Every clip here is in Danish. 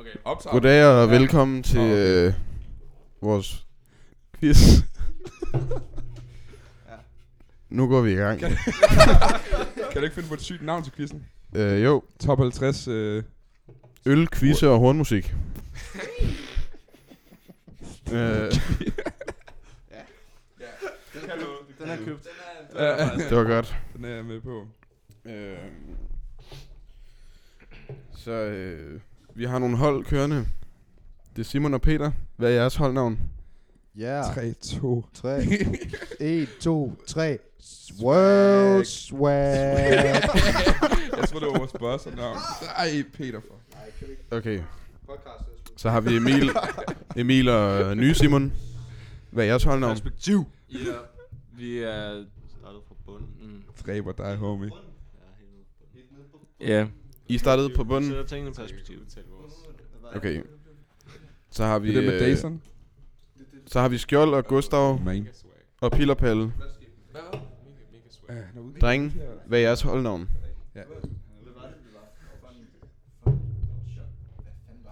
Okay. Optager vi? Goddag og Ja. velkommen til Nå, okay. øh, vores quiz. Nu går vi i gang. Kan du ikke finde på et sygt navn til quizzen? Øh, jo, Top 50. Øh, øl, quizze og hornmusik. øh, Den er købt. det var godt. den er jeg med på. Øh, så øh, vi har nogle hold kørende. Det er Simon og Peter. Hvad er jeres holdnavn? Ja. 3, 2. 3, 1, 2, 3. World Swag. Jeg tror, det var vores spørgsmål navn. Ej, Peter for. Okay. Så har vi Emil, Emil og øh, nye Simon. Hvad er jeres holdnavn? Perspektiv. Ja, vi er startet fra bunden. Dræber dig, homie. Ja. I startede på Vi bunden. sætter tingene i perspektiv. Okay. Så har vi... Det der med øh, Dayson. Så har vi Skjold og Gustav Man. og Pillerpalle. Drenge, hvad er jeres holdnavn? Ja.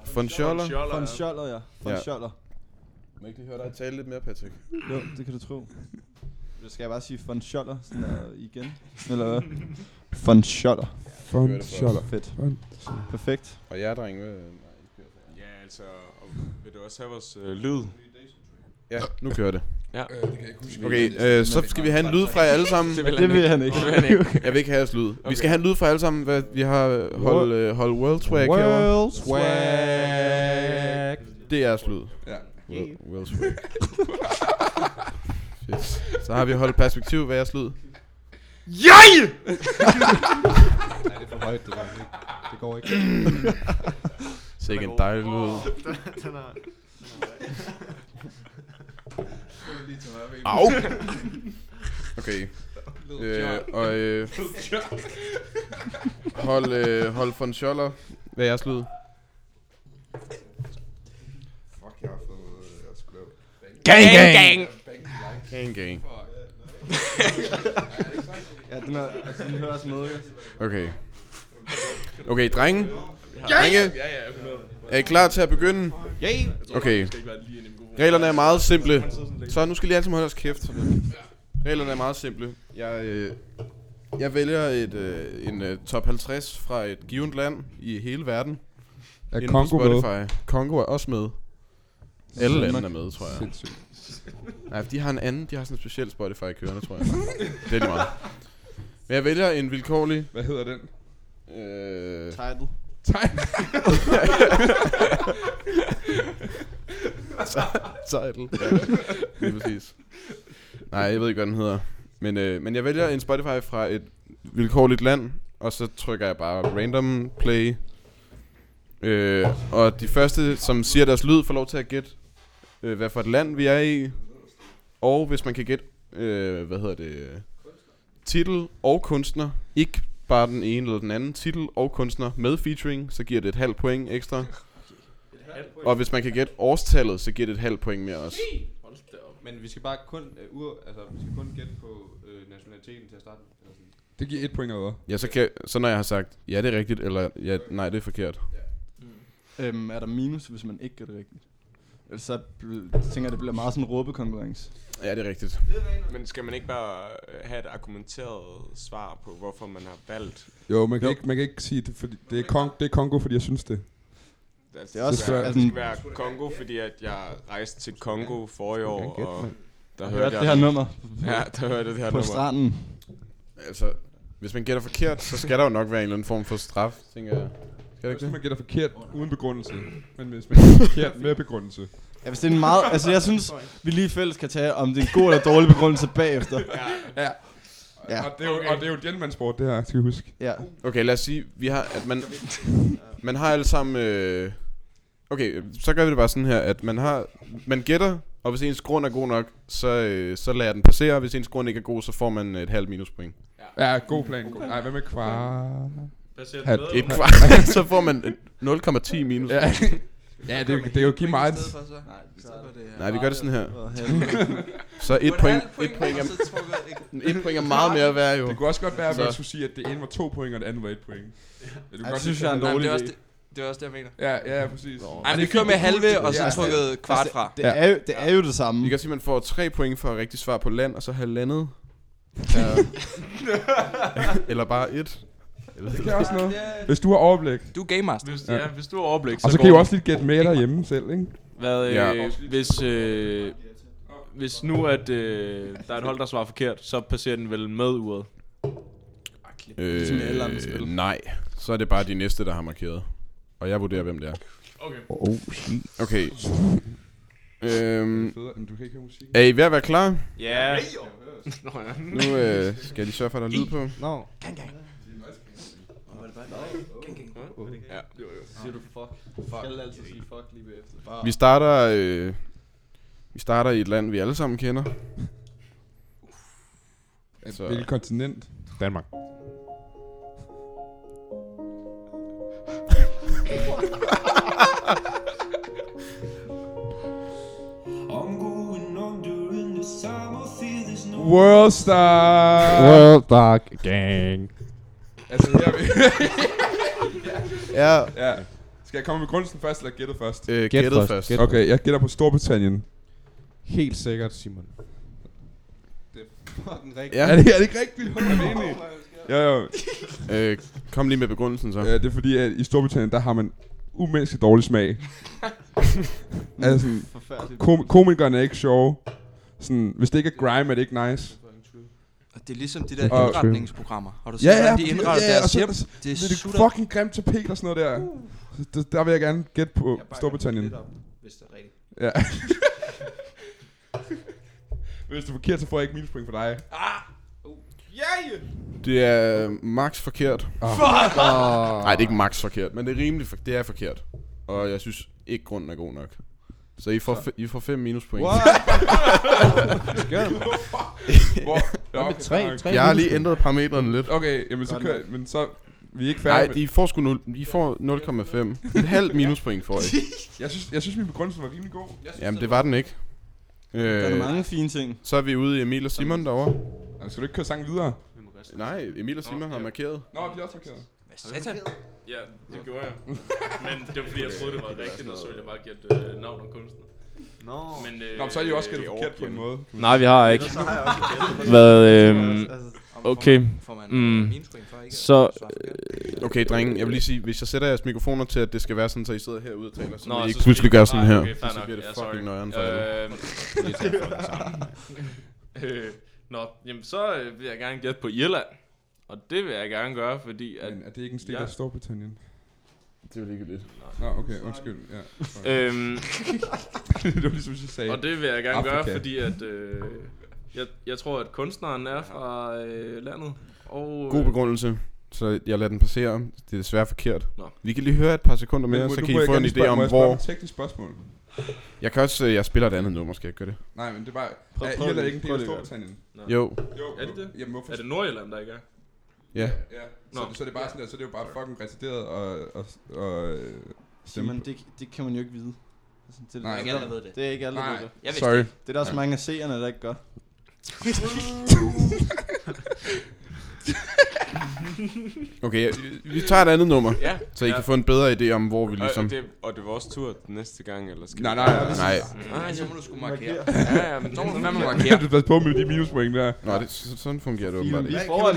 Von Scholler? Von Scholler, ja. Von Ja. Scholler. Må ikke høre dig tale lidt mere, Patrick? Jo, det kan du tro. Det skal jeg bare sige von Scholler sådan der, igen. Eller hvad? Von Scholler. Von Gør det for os. Scholler. Fedt. Von. Perfekt. Og jer, drenge? hvad- nej, I kører så. Ja, altså, og vil du også have vores øh, lyd? Ja, nu kører det. Ja. Okay, øh, så skal vi have en lyd fra jer alle sammen. Det vil Det han vil ikke. han ikke. Det vil han ikke. Jeg vil ikke have jeres lyd. Vi skal have en lyd fra jer alle sammen. Hvad, vi har øh, hold, øh, hold World Swag herovre. World Swag. Det er jeres lyd. Ja. World, world Swag. Shit. Så har vi hold perspektiv. Hvad er jeres lyd? Jeg! Nej, det er for højt, det var ikke. Det går ikke. Så ikke en dejlig lyd. Au! Okay. Øh, og øh, hold, øh, hold von Scholler. Hvad er jeres lyd? Fuck, jeg har fået... øh, Jeg skulle lave... Gang, gang! Gang gang. Ja, den er, altså, den hører også med. ikke? Okay. Okay, drenge. Drenge. Er I klar til at begynde? Okay. Reglerne er meget simple. Så nu skal I alle sammen holde jeres kæft. Reglerne er meget simple. Jeg, øh, jeg vælger et, øh, en øh, top 50 fra et givet land i hele verden. Er Inde på Kongo med? Spotify. Kongo er også med. Alle lande er med, tror jeg. Sindssygt. Nej, de har en anden, de har sådan en speciel Spotify kørende, tror jeg. det er lige meget. Men jeg vælger en vilkårlig... Hvad hedder den? Øh, Title. title. Ja, lige præcis. Nej, jeg ved ikke, hvad den hedder. Men, øh, men jeg vælger en Spotify fra et vilkårligt land, og så trykker jeg bare random play. Øh, og de første, som siger deres lyd, får lov til at gætte, øh, hvad for et land vi er i. Og hvis man kan gætte, øh, hvad hedder det, øh, titel og kunstner, ikke bare den ene eller den anden, titel og kunstner med featuring, så giver det et halvt point ekstra. Og hvis man kan gætte årstallet, så giver det et halvt point mere også. Men vi skal bare kun, øh, ur, altså, vi skal kun gætte på øh, nationaliteten til at starte. med, Eller sådan. Det giver et point over. Ja, så, kan, så når jeg har sagt, ja, det er rigtigt, eller ja, nej, det er forkert. Øhm, er der minus, hvis man ikke gør det rigtigt? Ellers så bl- tænker jeg, det bliver meget sådan en råbekonkurrence. Ja, det er rigtigt. Men skal man ikke bare øh, have et argumenteret svar på, hvorfor man har valgt? Jo, man kan, Jo. Ikke, man kan ikke sige, det, fordi det, er Kong, det er Kongo, fordi jeg synes det. Altså, Det er også skal, svært. altså, det skal være Kongo, fordi at jeg rejste til Kongo forrige år, og der Jeg hørte hørte det her jeg... nummer Ja, der hørte jeg det her på nummer. stranden. Altså, hvis man gætter forkert, så skal der jo nok være en eller anden form for straf, tænker jeg. Skal det Hvis ikke det? man gætter forkert uden begrundelse, men hvis man gætter forkert med begrundelse. Ja, hvis det er en meget... Altså, jeg synes, vi lige fælles kan tage, om det er en god eller dårlig begrundelse bagefter. Ja. Og, det er jo, og det er jo gentleman-sport, det her, skal vi huske. Ja. Okay, lad os sige, vi har, at man, man har alle sammen... Øh, okay, så gør vi det bare sådan her, at man har... Man gætter, og hvis ens grund er god nok, så, øh, så lader jeg den passere, og hvis ens grund ikke er god, så får man et halvt minuspoint. Ja, god plan. God. Nej, hvad med kvar? Hat. Et kvart, så får man et 0,10 minus. Ja. ja, det, er jo- det er jo give mig et... Nej, Nej, vi gør det sådan her. Og have- Så et point, et point, er, et point er meget mere værd jo. Det kunne også godt være, at man Så. skulle sige, at det ene var to point, og det andet var et point. Ja, du kan Ej, godt det synes lide- jeg er en Nej, men det dårlig er også idé. det. Det er også det, jeg mener. Ja, ja, præcis. Nå. Ej, men vi kører med halve, og så Ja, Altså, trukket kvart det- fra. Altså, Det, Ja. er, jo, det er jo det samme. I kan sige, at man får tre point for rigtigt svar på land, og så halvandet. Ja. Eller bare et. Eller, Det kan også noget. Ja, Hvis du har overblik. Du er game master. Hvis, Ja. ja. ja, hvis du har overblik, Og så går kan I jo det. også lige gætte med derhjemme selv, ikke? Hvad, øh, Ja. ja. hvis, øh, hvis nu, at øh, der er et hold, der svarer forkert, så passerer den vel med uret. øh, med Ligesom alle andre spil. nej, så er det bare de næste, der har markeret. Og jeg vurderer, hvem det er. Okay. Oh, shit. Okay. øhm, Federe, men du kan ikke høre musik. er I ved at være klar? Ja. Nu øh, skal de sørge for, at der er lyd på. Nå. ja. Siger du fuck? fuck. Skal altid sige fuck lige bagefter. Vi starter, øh, vi starter i et land, vi alle sammen kender. Så- Hvilket kontinent? Danmark. Worldstar! World Dark Gang. Altså, jeg vil, Ja. ja. Skal jeg komme med kunsten først, eller gættet først? Øh, Gæt gættet først, først. gæt. Okay, jeg gætter på Storbritannien. Helt sikkert, Simon. Fucking rigtig. Ja, Er det, er det ikke rigtigt? Hold da enig. Jo, jo. øh, kom lige med begrundelsen så. Øh, det er fordi, at i Storbritannien, der har man umenneskeligt dårlig smag. altså, sådan, Forfærdeligt. kom- komikerne er ikke sjove. Sådan, hvis det ikke er grime, er det ikke nice. Og det er ligesom de der Og- øh, indretningsprogrammer. Har du set, Ja, ja, hvordan de fordi- indretter ja, ja, og deres så- hjem? og så- Det er Det er det sutter. fucking grimt tapet og sådan noget der. Så Det, der vil jeg gerne gætte på Storbritannien. Hvis det er rigtigt. Ja. Men Hvis det er forkert, så får jeg ikke minuspoint for dig. Det er max forkert. Oh. Ah. Nej, det er ikke max forkert, men det er rimelig for, det er forkert. Og jeg synes ikke, grunden er god nok. Så I får, fe- I får fem minuspoint. Hvor? Nå, okay, Tre, fair nok. tre Jeg har lige ændret parametrene lidt. Okay, jamen så kører men så... Vi er ikke Nej, færdige. med- I får sgu nul, I får 0,5. En halv minuspoint får I. Jeg synes, jeg synes min begrundelse var rimelig god. Jamen, det var den ikke. Der er Øh, mange fine ting. så er vi ude i Emil og Simon derovre. Altså, skal du ikke køre sangen videre? Nej, Emil og Simon har markeret. Nå, de er også forkert. Hvad satan? Ja, det gjorde jeg. Men det var fordi, jeg troede, det var rigtigt, og så ville jeg bare gætte øh, navn og kunstner. Nå. Men, øh, Nå, men så er I også gættet forkert på en måde. Nej, vi har ikke. Hvad, øhm, okay. Får man Mm. mm. minuspoint for ikke? at Så, svare forkert? Okay, drenge, jeg vil lige sige, hvis jeg sætter jeres mikrofoner til, at det skal være sådan, så I sidder herude og taler, så Nå, Nå, I så ikke skal pludselig vi- gør sådan Nej, her. okay, fair så nok. bliver det Ja, sorry. fucking nøjeren for alle. Øhm, øh, Nå, jamen så øh, vil jeg gerne gætte på Irland. Og det vil jeg gerne gøre, fordi at... Men er det ikke en stil Ja. af Storbritannien? Det er jo ligegyldigt. Nå, okay, undskyld. Ja. Øhm, det var ligesom, jeg sagde. og det vil jeg gerne gøre, Afrika. fordi at... Øh, jeg, jeg tror, at kunstneren er fra øh, landet. Og, øh, God begrundelse, så jeg lader den passere. Det er desværre forkert. Nå. Vi kan lige høre et par sekunder mere, så kan I få en idé om, hvor... Et teknisk spørgsmål. Jeg kan også... øh, Jeg spiller et andet nummer, skal jeg gøre det? Nej, men det var... Prøv- Er prøv Irland lige- ikke en del af prøv lige at- Storbritannien? Jo. Jo. Er det det? Jamen, hvorfor? Er det Nordjylland, der ikke er? Ja. Ja. Så, Nå. så er det bare sådan der, så er det jo bare fucking retarderet og, og, og øh, stemme. Simon, det, det kan man jo ikke vide. Altså, det, er- Nej. Jeg gætter, der ved det. Det er ikke alle, der Nej. ved det. Jeg vidste Sorry. Det er der også Ja. mange af seerne, der ikke gør. Okay, jeg- vi tager et andet nummer, Ja. så I Ja. Øh, kan få en bedre idé om, hvor vi Ligesom. Og, ligesom... det, og det er vores tur den næste gang, eller skal Nej, vi- nej, nej. Nej. Nej, så må du sgu markere. Ja, ja, men så må du fandme markere. Du pas på med de minuspoint der. Nå, det, så- sådan fungerer det åbenbart Vi ikke. får en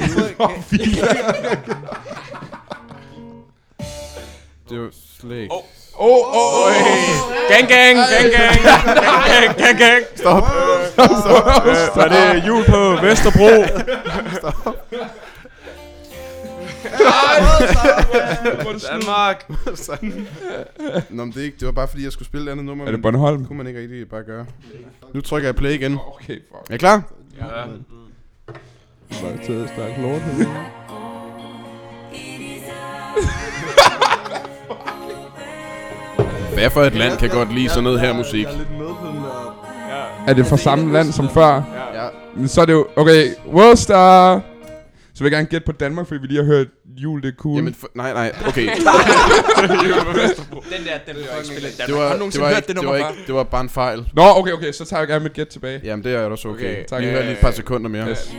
Det er jo slet ikke... Åh, åh, åh. Gang, gang, gang, gang. Gang, gang, gang. Stop! Så er det jul på Vesterbro. Danmark. Nå, men det, er ikke, det var bare fordi, jeg skulle spille et andet nummer, Er det men det Bornholm? kunne man ikke rigtig bare gøre. Nu trykker jeg play igen. Okay, fuck. Er I klar? Ja. Så er det stærk lort. Hvad for et land kan godt lide sådan noget her musik? Jeg er lidt med på den der. Er det fra samme land som før? Ja. Men så er det jo... Okay, Worldstar! Så vil jeg gerne gætte på Danmark, fordi vi lige har hørt jul, det er cool. Jamen, for, nej, nej, okay. Den der, den vil jeg ikke spille. i Danmark. Det var, Har du det nogensinde var, hørt det ikke, det, nummer var før? ikke, det var bare en fejl. Nå, okay, okay, så tager jeg gerne mit gæt tilbage. Jamen, det er også okay. Okay, okay. tak. Vi hører lige et par sekunder mere. Yes.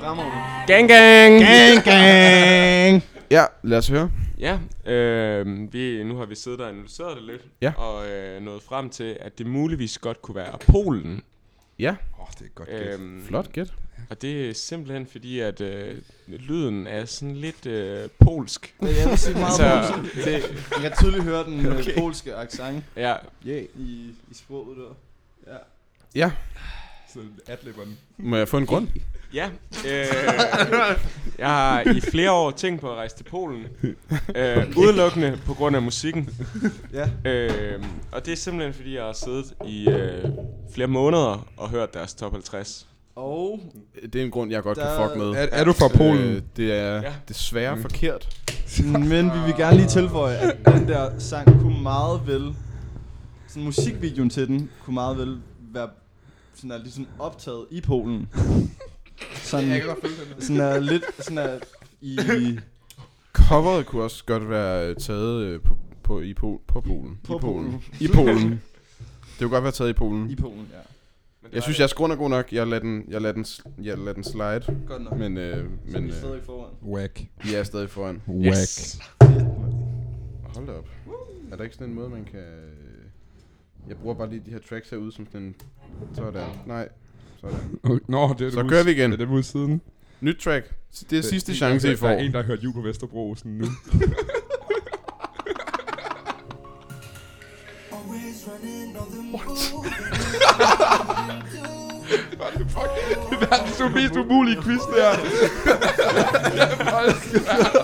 Fremover. Gang, gang. Gang, gang! Ja, lad os høre. Ja, øh, vi, nu har vi siddet og analyseret det lidt, Ja. og øh, nået frem til, at det muligvis godt kunne være Polen. Ja, Åh, oh, det er godt gæt. Øhm, flot gæt. Og det er simpelthen fordi, at øh, lyden er sådan lidt øh, polsk. Men jeg vil sige meget Altså, polsk. Man kan tydeligt høre den øh, polske accent Ja, yeah. i, i sproget der. Ja. Ja, Så adlibberen. må jeg få en grund? ja øh, jeg har i flere år tænkt på at rejse til Polen, øh, udelukkende på grund af musikken. Ja. Øh, og det er simpelthen fordi, jeg har siddet i øh, flere måneder og hørt deres top 50. Og Det er en grund, jeg godt Der- kan fuck med. Er, er du fra Polen? Øh, det er Ja. desværre Mm. forkert. Men vi vil gerne lige tilføje, at den der sang kunne meget vel, sådan musikvideoen til den, kunne meget vel være sådan er ligesom optaget i Polen. Sådan, sådan er lidt sådan er i... Coveret kunne også godt være øh, taget øh, på, på, i Pol, på Polen. På I Polen. Polen. I Polen. Det kunne godt være taget i Polen. I Polen, ja. Men jeg synes, jeres grund er god nok. Jeg lader den, jeg lader den, sl- jeg lader den slide. Godt nok. Men, øh, Men, men vi er øh, stadig foran. Whack. I er stadig foran. Whack. Hold da op. Er der ikke sådan en måde, man kan... øh, Jeg bruger bare lige de her tracks herude som sådan en... Sådan. Nej. Sådan. Okay, Nå, det er Så det kører vi igen. Det er det ude siden. Nyt track. Det er sidste Der- chance, I der- altså, får. Der er en, der har hørt jul på Vesterbro sådan nu. What? Hvad er det fucking? Det er den mest umulige quiz, der.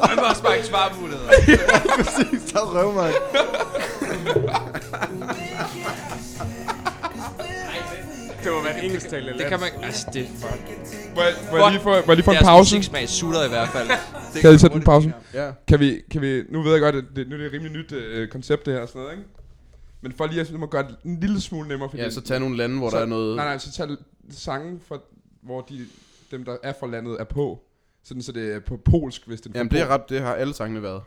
Han var også bare ikke svarmuligheder. Præcis, der røv mig. Det må være et engelsktalende land. Det kan man Altså, det er for... Må jeg, må jeg lige få, må jeg lige få en Deres pause? musiksmag sutter i hvert fald. Det Kan I sætte en pause? Ja. Kan vi, kan vi, nu ved jeg godt, at det, nu er det et rimelig nyt øh, koncept, det her og sådan noget, ikke? Men for lige at det må gøre det en lille smule nemmere, fordi... Ja, så tag nogle lande, hvor Så- der er noget... Nej, nej, så tag sange, fra, hvor de, dem, der er fra landet, er på. Sådan, så det er på polsk, hvis det er fra Jamen, det er Polen. ret, det har alle sangene været.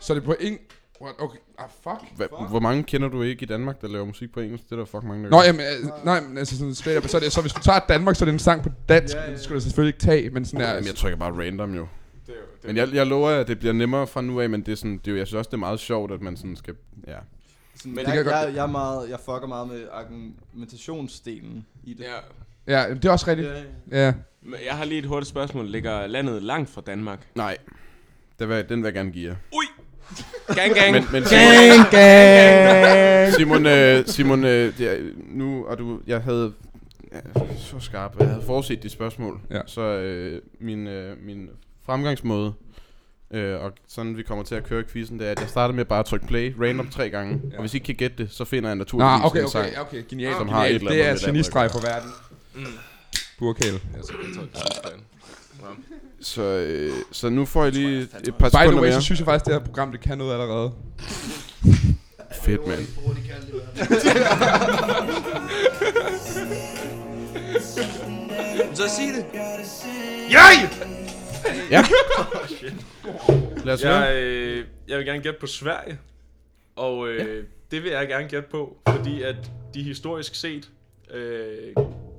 Så er det på eng... What? Okay, ah, fuck. Hva, hvor mange kender du ikke i Danmark, der laver musik på engelsk? Det er der fucking mange, der Nå, gør. jamen, øh, nej, men altså sådan straight up, så, er det, så hvis du tager Danmark, så er det en sang på dansk, Ja, ja, ja, ja. ja. det skulle du selvfølgelig ikke tage, men sådan der... Jamen, jeg trykker bare random jo. Det er jo- det er Men jo- jeg, jeg lover jer, at det bliver nemmere fra nu af, men det er sådan, det er, jo- jeg synes også, det er meget sjovt, at man sådan skal... Ja. Sådan, Men men det jeg, kan jeg, jeg godt jeg, jeg, er meget, jeg fucker meget med argumentationsdelen i det. Ja, Ja, det er også rigtigt. Ja, ja. Ja. men jeg har lige et hurtigt spørgsmål. Ligger landet langt fra Danmark? Nej. Det vil, den vil jeg gerne give jer. Gang, gang. Men, men Simon, Gang, gang. Simon, øh, Simon øh, det er, nu, og du, jeg havde ja, så skarp, og jeg havde forudset de spørgsmål. Ja. Så øh, min, øh, min fremgangsmåde, øh, og sådan vi kommer til at køre quizzen, det er, at jeg starter med bare at trykke play random tre gange. Ja. Og hvis I ikke kan gætte det, så finder jeg Nå, naturligvis okay, en sang. okay, okay, genialt, Som genialt. har et eller andet det er med landet genistreg at for verden. Mm. Burkale. Jeg skal ikke tage tidsplanen. Så, øh, så nu får jeg lige et par By the sekunder way, mere. så synes jeg faktisk, det her program, det kan noget allerede. Fedt, mand. Så sig det. Lad os høre. Jeg, øh, jeg vil gerne gætte på Sverige. Og øh, ja. det vil jeg gerne gætte på, fordi at de historisk set øh,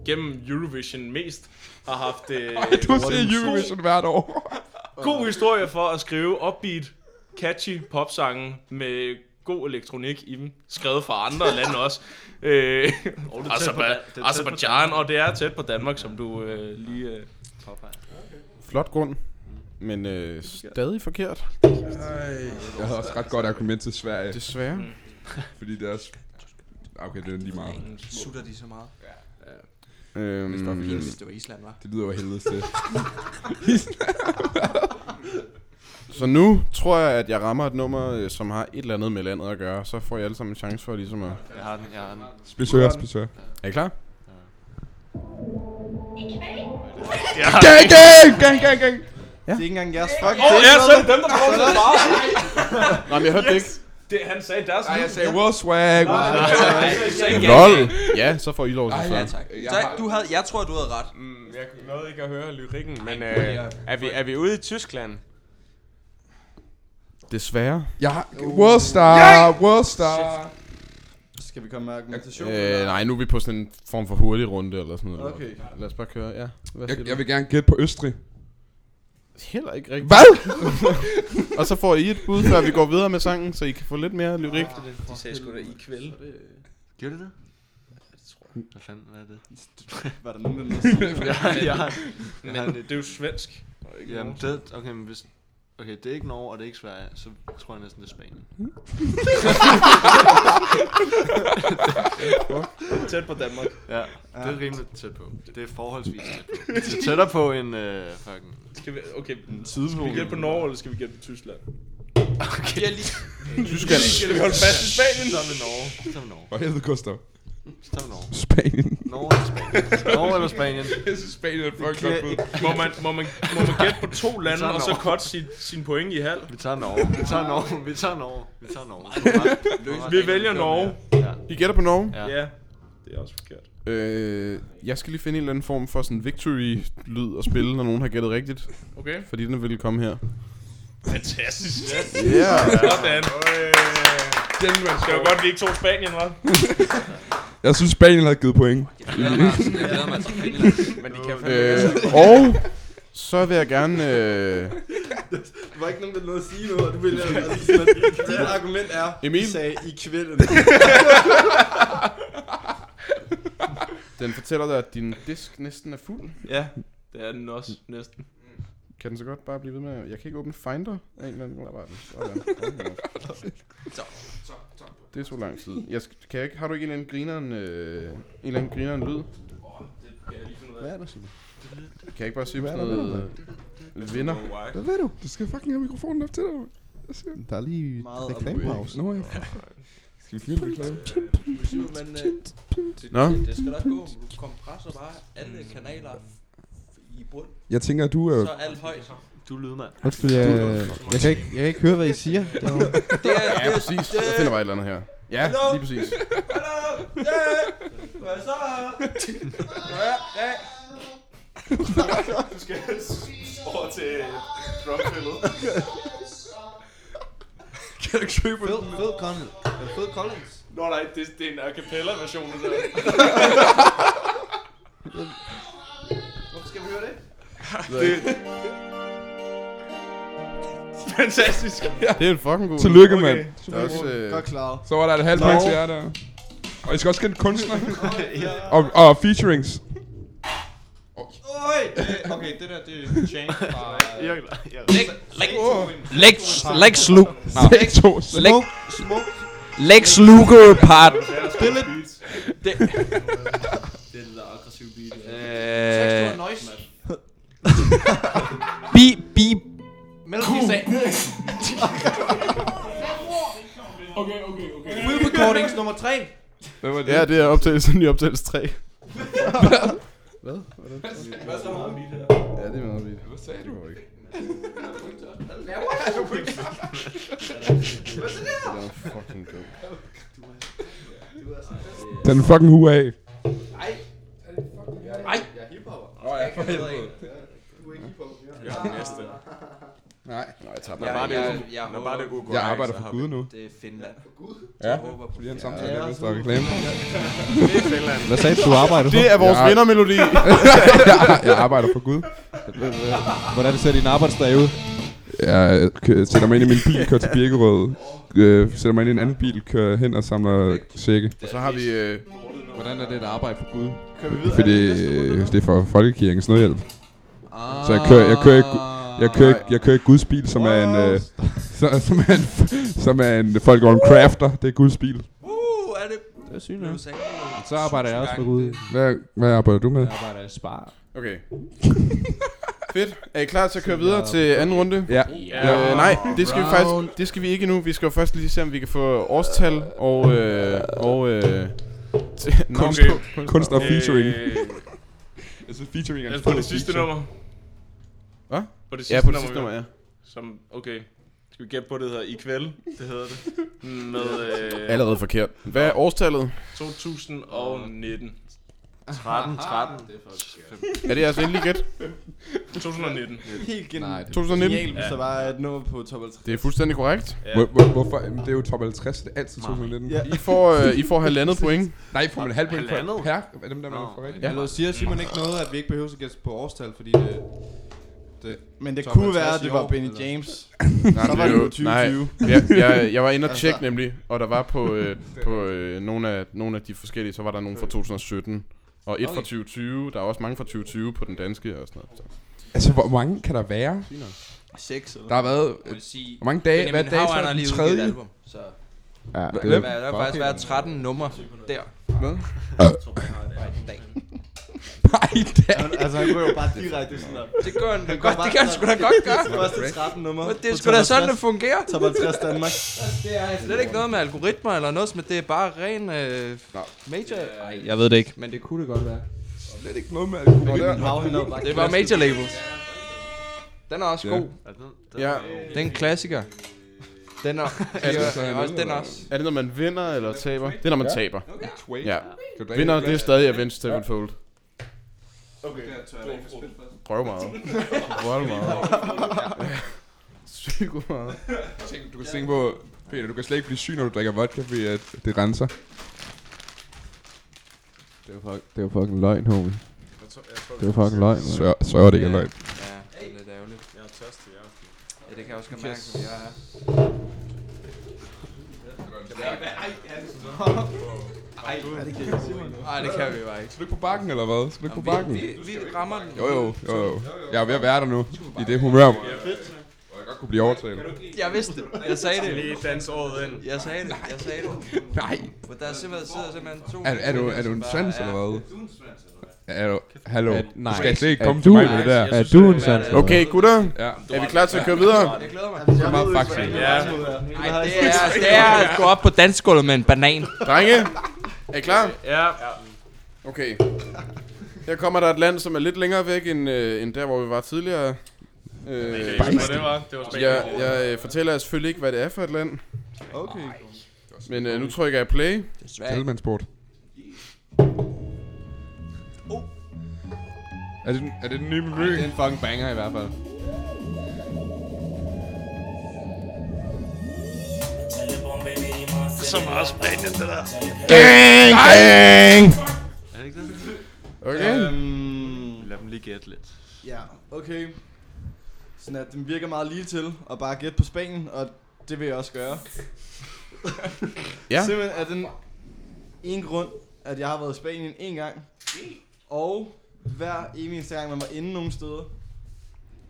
gennem Eurovision mest har haft øh, Du ser Eurovision hvert år. god historie for at skrive upbeat, catchy popsange med god elektronik i dem, skrevet fra andre lande også. Øh, og Azerbaijan, og det er tæt på Danmark, som du øh, lige... Øh, Flot grund, men øh, stadig forkert, Jeg havde også ret godt argument til Sverige, desværre. fordi deres... Ah, Okay, det er lige meget. Sutter de så meget. Mm. Øhm, Helt hvis det var Island, var. Det lyder jo af helvedes til. så nu tror jeg, at jeg rammer et nummer, øh, som har et eller andet med landet at gøre. Så får I alle sammen en chance for ligesom at... Jeg har den, jeg har den. Spisør, spisør. Er I klar? Gang, gang, gang, gang, gang. Det er ikke engang jeres fucking... Åh, oh, ja, så er det dem, der får det bare. Nej, men jeg hørte det ikke. Det, han sagde deres Ej, altså, jeg sagde, well, swag. well, swag." LOL! Ja, så får I lov til Ej, at Ja, svare. tak. Jeg Så, har- du havde, jeg tror, du havde ret. Mm, jeg nåede ikke at høre lyrikken, men øh, er, vi, er vi ude i Tyskland? Desværre. Jeg har... World star, world star. Skal vi komme med argumentation? Øh, nej, nu er vi på sådan en form for hurtig runde eller sådan noget. Okay. Lad os bare køre, ja. Hvad siger Jeg, du? jeg vil gerne gætte på Østrig. Heller ikke rigtigt. Hvad? Og så får I et bud, før vi går videre med sangen, så I kan få lidt mere lyrik. De sagde sgu da i kvæld. Gjorde det det? Jeg tror jeg. Hvad fanden, hvad er det? Var der nogen, der nåede at sige? ja, ja. Men øh, det er jo svensk. og ikke Jamen, norsk. det, okay, men hvis, okay, det er ikke Norge, og det er ikke Sverige, så tror jeg næsten, det er Spanien. Tæt på Danmark. Ja, det er rimelig tæt på. Det er forholdsvis tæt på. Det er tættere på en øh, fucking... Skal vi, okay, skal vi Sydpolen. gætte på Norge, eller skal vi gætte på Tyskland? Okay. Jeg lige... Tyskland. Skal vi holde fast i Spanien? Så er det Norge. Så tager vi Norge. Hvor helvede, Gustav. Så tager vi Norge. Spanien. Norge eller Spanien. Norge eller Spanien. Jeg synes, Spanien er et fucking godt bud. Må man, må man, må man gætte på to lande, Så er og så Norge. cut sin, sin point i halv? Vi tager Norge. Vi tager Norge. Vi tager Norge. Vi tager Norge. Vi vælger Norge. Ja. I gætter på Norge. Ja. Ja, det er også forkert. Øh, jeg skal lige finde en eller anden form for sådan victory-lyd at spille, når nogen har gættet rigtigt. Okay. Fordi den vil komme her. Fantastisk. Ja. Den Sådan. var Det var godt, vi ikke tog Spanien, hva'? Jeg synes, Spanien havde givet point. Jeg glæder mig til Finland. Men de kan fandme Øh, og så vil jeg gerne... Øh, Der var ikke nogen, der nåede at sige noget, og du ville altså, sådan, at dit argument er, Emil? I sagde i kvælden. den fortæller dig, at din disk næsten er fuld. Ja, det er den også næsten. Kan den så godt bare blive ved med... at- Jeg kan ikke åbne Finder af en eller anden grund. Bare den. Sådan. Det er så lang tid. Jeg skal, kan jeg ikke, har du ikke en eller anden grineren, øh, en eller anden grineren lyd? Hvad er der, Simon? Kan jeg ikke bare sige sådan noget... øh, Vinder? Hvad ved du? Du skal fucking have mikrofonen op til dig. mand. Jeg siger. Der er lige Meget reklamepause. Nå, ja. Skal vi finde en reklame? Men øh, det, Nå. det, det skal nok gå. Du kompresser bare alle kanaler i bund, Jeg tænker, at du er... så er alt højt. Du lyder, mand. Undskyld, jeg, jeg, kan ikke, jeg kan ikke høre, hvad I siger. Der var- Det er, Ja, præcis. Jeg finder bare et eller andet her. Ja, Hallo? lige præcis. Hvad så? Over til drumfældet. Fed, fed Collins. Fed Collins. Nå nej, det, det er en a cappella version af det Hvorfor skal vi høre det? Fantastisk. Det er en fucking god... Tillykke, mand. Der er også... Øh, Godt klar. Så var der et halvt point til jer der. Og I skal også kende kunstner. og, og featurings. Oj! Øh, Okay, det der, det er Change fra... Jeg, jeg, Lex, Lex, Lu, Begge to. Lex, Lex Luger part. Det er det der aggressive beat. øh, noise. Bi, bi, Will recordings nummer 3. Hvad var det? ja, det er optagelsen i optagelse 3. Hvad? Hvad er det? Hvad er så meget vidt her? Ja, det er meget vidt. Hvad sagde du? Det er fucking dum. Den fucking hue af. Nej. Nej, jeg tager Jeg, bare. jeg, jeg, jeg, Når bare det er Jeg arbejder for Gud nu. Det er Finland. Ja. Fordi han samtidig er med at reklame. Hvad sagde du, du arbejder for? Det er vores Ja. vindermelodi. Jeg arbejder for Gud. Hvordan ser din arbejdsdag ud? Jeg kø- sætter mig ind i min bil, kører til Birkerød. Øh, sætter mig ind i en anden bil, kører hen og samler sække. Og så har vi... Øh, Hvordan er det at arbejde for Gud? Fordi øh, det er for Folkekirkens nødhjælp. Så jeg kører, jeg kører, i gu- jeg kører, i- jeg kører i Guds bil, som er en, øh, så- som er en, som er en folk on crafter. Det er Guds bil. Uh, er det Det er sygt, nok. USA? Så arbejder jeg også for Gud. Hvad, hvad arbejder du med? Jeg arbejder i Spar. okay. Fedt. Er I klar til at køre videre til anden runde? Ja. Øh, nej, det skal vi faktisk det skal vi ikke nu. Vi skal jo først lige se om vi kan få årstal og øh, og øh, t- kunst, Øh, Kunst og featuring. Jeg synes featuring Øh, Lad os på det sidste nummer. Hvad? På det sidste, Ja, på det sidste nummer. nummer, ja. Som, okay. Skal vi gætte på, det hedder I kvæld? Det hedder det. Med øh, Allerede forkert. Hvad er årstallet? 2019. 13, 13. Er det jeres endelige gæt? 2019. Helt gennem. Nej, 2019? hvis der var et nummer på top 50. Det er fuldstændig korrekt. Hvor- hvor- Hvorfor? Jamen, Det er jo top 50. Det er altid 2019. Ja. I får, øh, I får halvandet point. Nej, får man halv point Halvandet? for per? Er dem der, man får rigtigt? Ja. Eller siger Simon ikke noget, at vi ikke behøver at gætte på årstal, fordi det, det. Men det Som kunne 50 være, i at det var år, Benny eller? James. Nej, Så var det jo 2020. Nej, jeg, jeg, jeg var inde og Altså- tjekke nemlig, og der var på, øh, på øh, nogle, af, nogle af de forskellige, så var der nogle fra 2017. Og et fra 2020, der er også mange fra 2020 på den danske og sådan noget. Så. Altså, hvor mange kan der være? 6 eller Der har været... Jeg vil sige, Hvor mange dage? Hvad Benjamin er dage Havren så har den lige udgivet et tredje? album, så Ja, der vil faktisk være 13 numre der. Hvad? Nej, da. andet. Altså, han går jo bare direkte sådan der. Det gør han da godt, det kan han sgu da godt gøre. Det første 13 nummer. Det er sgu da sådan, det fungerer. Top 50 Danmark. Slet ikke noget med algoritmer eller noget, men det er bare ren øh, major... Nej, jeg ved det ikke. Men det kunne det godt være. Slet ikke noget med alkohol. Hav, han er jo bare Det var major labels. Den er også god. Ja, Den er en klassiker. Den er, sådan ja, også, noget, den også. er det, når man vinder eller taber? Det er, når man taber. Wait. Ja. Vinder, det er stadig Avenged Sevenfold. Prøv meget. Prøv meget. Sygt meget. Du kan tænke på, Peter, du kan slet ikke blive syg, når du drikker vodka, fordi at det renser. Det var, fuck, det var fucking løgn, homie. Det var fucking løgn, man. Sørg, sørg det ikke er løgn. Ja, det er lidt ærgerligt. Jeg er tørstig, jeg Ja, det kan jeg også godt mærke, som jeg er. Nej, det kan vi bare ikke. Skal du ikke på bakken, eller hvad? Skal du ikke på bakken? Vi, vi rammer den. Jo, jo, jo, jo. Jeg er ved at være der nu, i det humør, hvor jeg godt kunne blive overtalt. Jeg vidste det. Jeg sagde det. Lige danse året ind. Jeg sagde det. Jeg sagde det. Nej. Men der er simpelthen, sidder simpelthen to... Er, er, du, er du en trans, eller hvad? Er du, hallo, Er- du nej. skal slet ikke Er komme du- til mig med det der. Er du en sand? Okay, gutter. Ja, Er vi klar til at køre videre? Jeg glæder mig. så meget faktisk. Ja. Nej, det er, det er at gå op på dansgulvet med en banan. Drenge, er I klar? Ja. Okay. Her kommer der et land, som er lidt længere væk end, øh, end der, hvor vi var tidligere. Øh, Hvad det var? Det var jeg jeg øh, fortæller jer selvfølgelig ikke, hvad det er for et land. Okay. Men øh, nu trykker jeg play. Desværre. Stillemandssport. Er det, den- er det den nye menu? Det er en fucking banger i hvert fald. så meget spændende, det der. Er det ikke det? Okay. Øhm, Lad dem lige gætte lidt. ja, okay. Sådan at den virker meget lige til at bare gætte på Spanien, og det vil jeg også gøre. Ja. Simpelthen er den en grund, at jeg har været i Spanien en gang. Og hver evig eneste gang, man var inde nogen steder,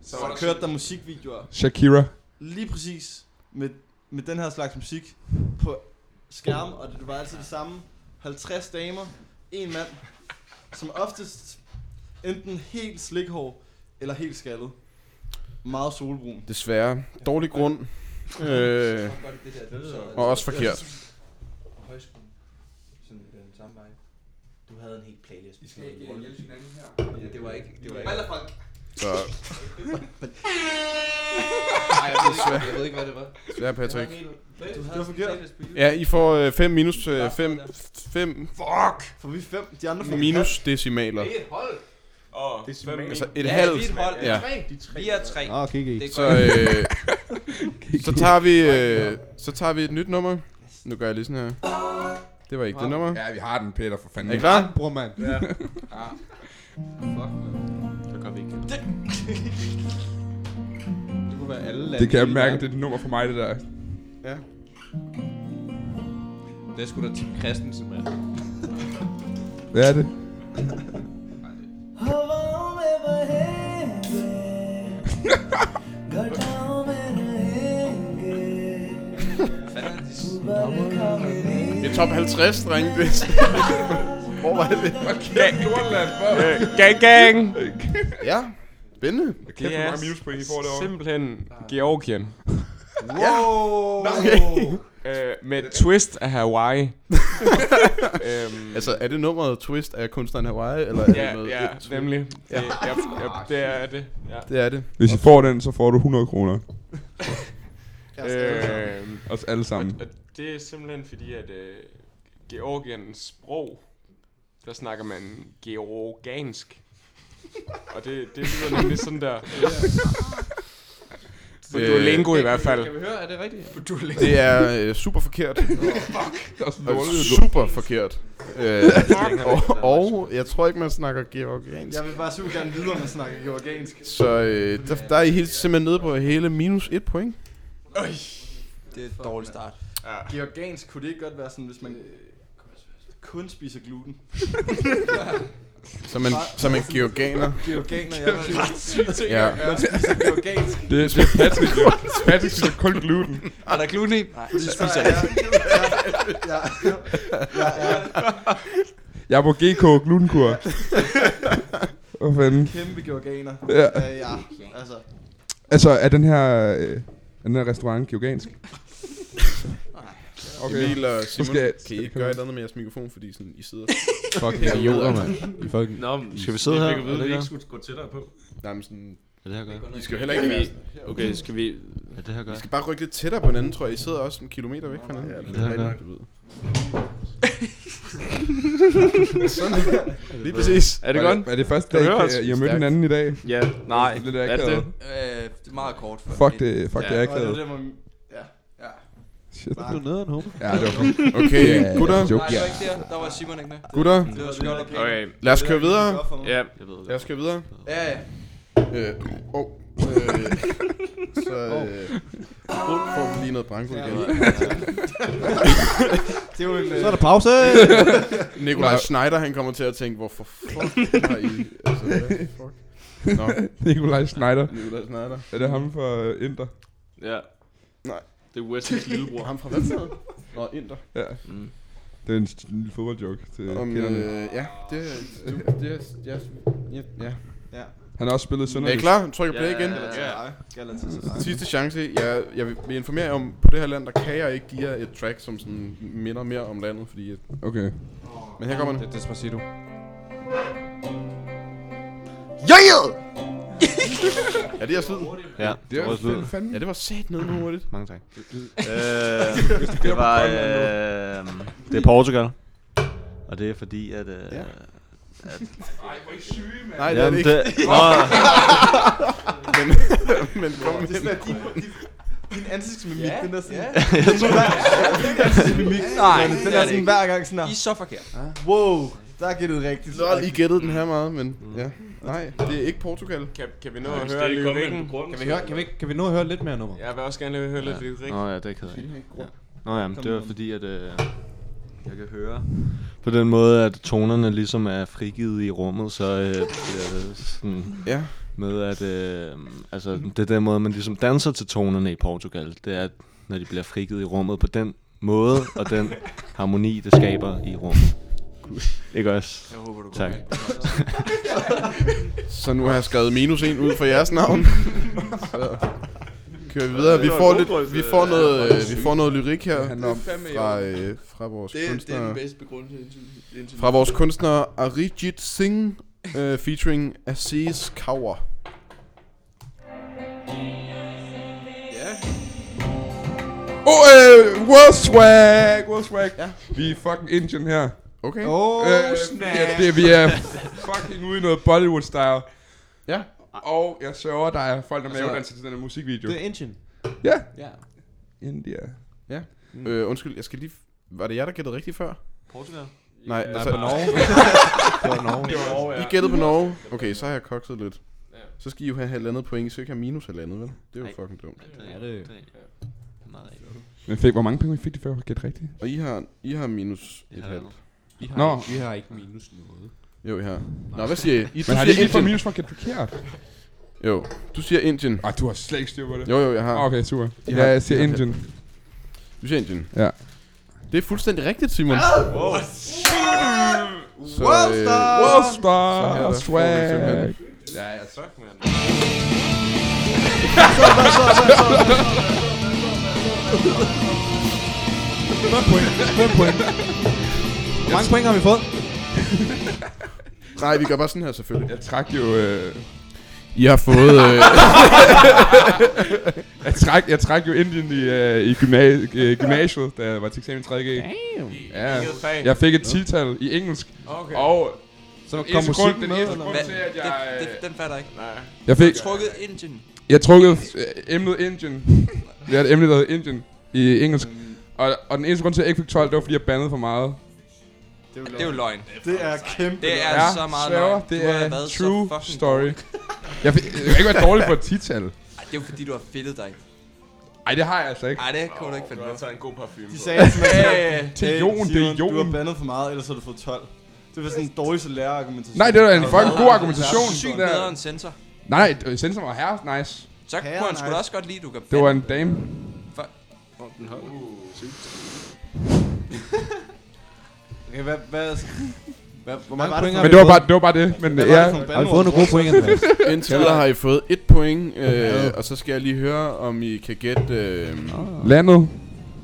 så, så kørte der musikvideoer. Shakira. Lige præcis med, med den her slags musik på skærm, og det var altid det samme. 50 damer, en mand, som oftest enten helt slikhår eller helt skaldet. Meget solbrun. Desværre. Dårlig grund. Øh, altså- og også forkert. Højskolen. Sådan den samme vej. Du havde en helt playlist. I skal ikke hjælpe hinanden her. Det var ikke... Det var ikke... Så Nej, jeg ved ikke, jeg ved ikke hvad det var. desværre, Patrick. Du havde en playlist på Ja, I får 5 minus... 5 fem For vi er fem, de andre får minus decimaler. Det er et hold. Og fem Altså et Ja, vi er halvt. et hold. Ja. Ja. Vi er tre. Åh, okay, okay. Det er Så, godt. øh, så tager vi øh, så tager vi et nyt nummer. Nu gør jeg lige sådan her. Det var ikke det nummer. Ja, vi har den, Peter, for fanden. Er I klar? Bror, mand. Så går vi ikke. Det kunne være alle lande. Det kan jeg mærke, det er et nummer for mig, det der. Det er sgu da Tim Christensen, mand. Hvad er det? Det er top 50, drenge. Det. Hvor var det? Gang, gang! Ja, spændende. Det hvor er mange minuspoint, I får derovre. simpelthen Georgien. Okay. Øh, med et twist af Hawaii. øhm, Altså, er det nummeret Twist af kunstneren Hawaii? Eller er ja, det noget ja, et- nemlig. Det, jeg, jeg, det er det. Ja. Det er det. Hvis I får den, så får du 100 kroner. Øhm, Os alle sammen. og det er simpelthen fordi, at øh, Georgiens sprog, der snakker man georgansk. Og det, det lyder nemlig sådan der. På Øh, Duolingo i hvert fald. vi høre, er det rigtigt? Det er øh, super forkert. Det er også Og dårligt. super forkert. Øh, og, og jeg tror ikke, man snakker georgiansk. Jeg vil bare super gerne vide, om man snakker georgiansk. Så øh, der, der er I helt simpelthen nede på hele minus 1 point. Øj, det er et dårligt start. Georgiansk kunne det ikke godt være sådan, hvis man kun spiser gluten. Som en, som en georganer. Georganer, jeg var Ja. Man spiser georgansk. Det, det er Patrick. Patrick spiser kun gluten. Er der gluten i? Nej. Så spiser jeg. Jeg, jeg, jeg, jeg er Jeg er på GK glutenkur. Hvad fanden? kæmpe georganer. Ja. Ja, ja. Altså, Altså, er den her, øh, er den her restaurant georgansk? Okay. Emil og Simon, skal jeg- kan I ikke gøre et eller andet med jeres mikrofon, fordi sådan, I sidder... Fucking idioter, mand. I fucking... Nå, men Skal vi sidde her? Jeg kan Er vide, det at vi ikke ikke skulle gå tættere på. Nej, men sådan... Er det her godt? I skal jo heller ikke være... Okay, skal vi... Er det her I godt? skal bare rykke lidt tættere på hinanden, tror jeg. I sidder også en kilometer væk fra hinanden. Ja, det er godt. du ved. sådan. Lige præcis. Er det Var godt? Er det første Kan dag, du I- høre os? I har mødt Stærkt. hinanden i dag? Ja, nej. Lidt er det akavet. det? Øh, det er meget kort. Før Fuck det, fuck det er og det akavet. var det, man... Ja. Shit. Bare- Du er nederen, homie. Ja, det var fint. Okay, gutter, Joke. Nej, det var ikke der. Der var Simon ikke med. gutter, Det var Simon, der pænt. Okay, lad os køre videre. ja. Jeg ved det. Lad os køre videre. Ja, ja. Øh, oh, øh, så øh, får vi lige noget branko igen. Det var en... Så er der pause. Nikolaj Schneider, han kommer til at tænke, hvorfor fuck har I... Altså, hvad fuck? Nå, Nikolaj Schneider. Nikolaj Schneider. Er det ham fra øh, Inter? Ja. Nej. Det er Wesley's lillebror. Ham fra hvad? Nå, Inter. Ja. Mm. Det er en st- lille fodboldjoke til Om, kenderne. øh, ja, det er... Det er... Jeg, ja, ja. Han har også spillet i Er I Sønderjysk. klar? Trykker play igen. Ja. Galatasaray. Sidste chance. Jeg, jeg vil vil informere jer om, på det her land, der kan jeg ikke give jer et track, som sådan minder mere om landet, fordi... at- Okay. Men her kommer den. Det er Despacito. Er det jeres lyd? Ja, det var også lyd. fanden. Ja, det var sat ned nu hurtigt. Mange tak. øh, det var... Øh, det er Portugal. Og det er fordi, at... Øh, Ja. ja. Nej, det er det Jamen, ikke. det, Nå, Men kom Det er med. sådan, at din, din, din ansigtsmimik, Ja, den er sådan... ja. Jeg tror, der er din ansigtsmimik. Nej, den, det den er er det sådan ikke. hver gang sådan I her. er så forkert. Wow, der er gættet rigtigt. Så har lige gættet den her meget, men ja. Nej, det er ikke Portugal. Kan, kan vi nå Ja, at hvis høre det ikke kommer lyrikken? en begrundelse. kan, vi høre, kan, vi, ikke- kan vi nu høre lidt mere nummer? Jeg vil også gerne høre lidt lyrik. Nå ja, det er jeg ked af. Ja. Nå ja, men det var fordi, at øh, jeg kan høre på den måde, at tonerne ligesom er frigivet i rummet, så øh, det er sådan Ja. med at, øh, altså det er den måde, man ligesom danser til tonerne i Portugal, det er, at når de bliver frigivet i rummet på den måde, og den harmoni, det skaber i rummet. Ikke også? Jeg håber, du Tak. går med. Så nu har jeg skrevet minus en ud for jeres navn. Så kører vi videre. Vi får, lidt, vi får, noget, øh, vi får noget lyrik her Det handler om- fra, øh, fra vores Det, det er kunstner. den bedste begrundelse indtil, indtil Fra vores kunstner Arijit Singh, øh, featuring Aziz Kaur. Ja. Oh, øh, world swag, world swag. Ja. Vi er fucking Indian her. Okay. Åh, Øh, ja, det, vi er fucking ude i noget Bollywood-style. Ja. Og jeg sørger, der er folk, der mavedanser til den her musikvideo. Det er Indien. Ja. Ja. India. Øh, undskyld, jeg skal lige... Var det jer, der gættede rigtigt før? Portugal? Nej, altså, på Norge. det var Norge. Norge, ja. I gættede på Norge. Okay, så har jeg kokset lidt. Så skal I jo have halvandet point, I skal ikke have minus halvandet, vel? Det er jo fucking dumt. Ja, det er meget rigtigt. Men fik, hvor mange penge fik de før at gætte rigtigt? Og I har, I har minus Det et har halvt. Vi har, Nå. vi har ikke minus noget. Jo, I har. Nå, hvad siger I? I du Men har de siger ikke fået Indien. minus for at gætte forkert? Jo, du siger Indien. Ej, du har slet ikke styr på det. Jo, jo, jeg har. Ah, Okay, super. De Ja, har- jeg siger de har Indien. Du siger Indien. Ja. Det er fuldstændig rigtigt, Simon. Så, øh, World Så her, star, der får vi swag. simpelthen- Ja, ja, tak, mand. Hvor mange point har vi fået? Nej, vi gør bare sådan her selvfølgelig. Jeg trak jo... Øh, I har fået... Øh, jeg, trak, jeg trak jo Indien i, øh, i gymna- øh, gymnasiet, da jeg var til eksamen i 3G. Ja. Jeg fik et 10-tal i engelsk. Okay. Og Så den kom eneste grund, musikken den med, eneste eller? grund Hvad? til, at Den, jeg... den, den fatter jeg ikke. Nej. Jeg fik... Trukket Indien. Jeg trukkede øh, emnet Indien. Vi har et emne, der hedder Indien i engelsk. Og, og den eneste grund til, at jeg ikke fik 12, det var, fordi jeg bandede for meget. det Det er jo løgn. Det er kæmpe Det er Ja, så meget svæver, løgn. det du har er da været true så fucking story. dårlig. Jeg, fik- jeg kan ikke være dårlig på et tital. Ej, det er jo fordi, du har fedtet dig. Ej, det har jeg altså ikke. Ej, det kunne du ikke finde Du på. har taget en god parfume De på. sagde sådan Hey, Det er Jon, det er Du har Jon. bandet for meget, ellers har du fået 12. Det var sådan en dårlig så lærer argumentation. Nej, det er da en fucking god Du argumentation. er sygt der. bedre end sensor. Nej, øh, sensor var herre, nice. Så Herre, kunne han sgu da nej. også godt lide, du kan Det var en dame. Okay, hvad, hvad, hvad, hvor mange var det point for- har Men vi det var fået? bare, det var bare det. Men Hvad øh, var ja, det for en Har vi bandeord? fået nogle gode point, Andreas? Indtil videre har I fået et point, øh, og så skal jeg lige høre, om I kan gætte, øh, landet.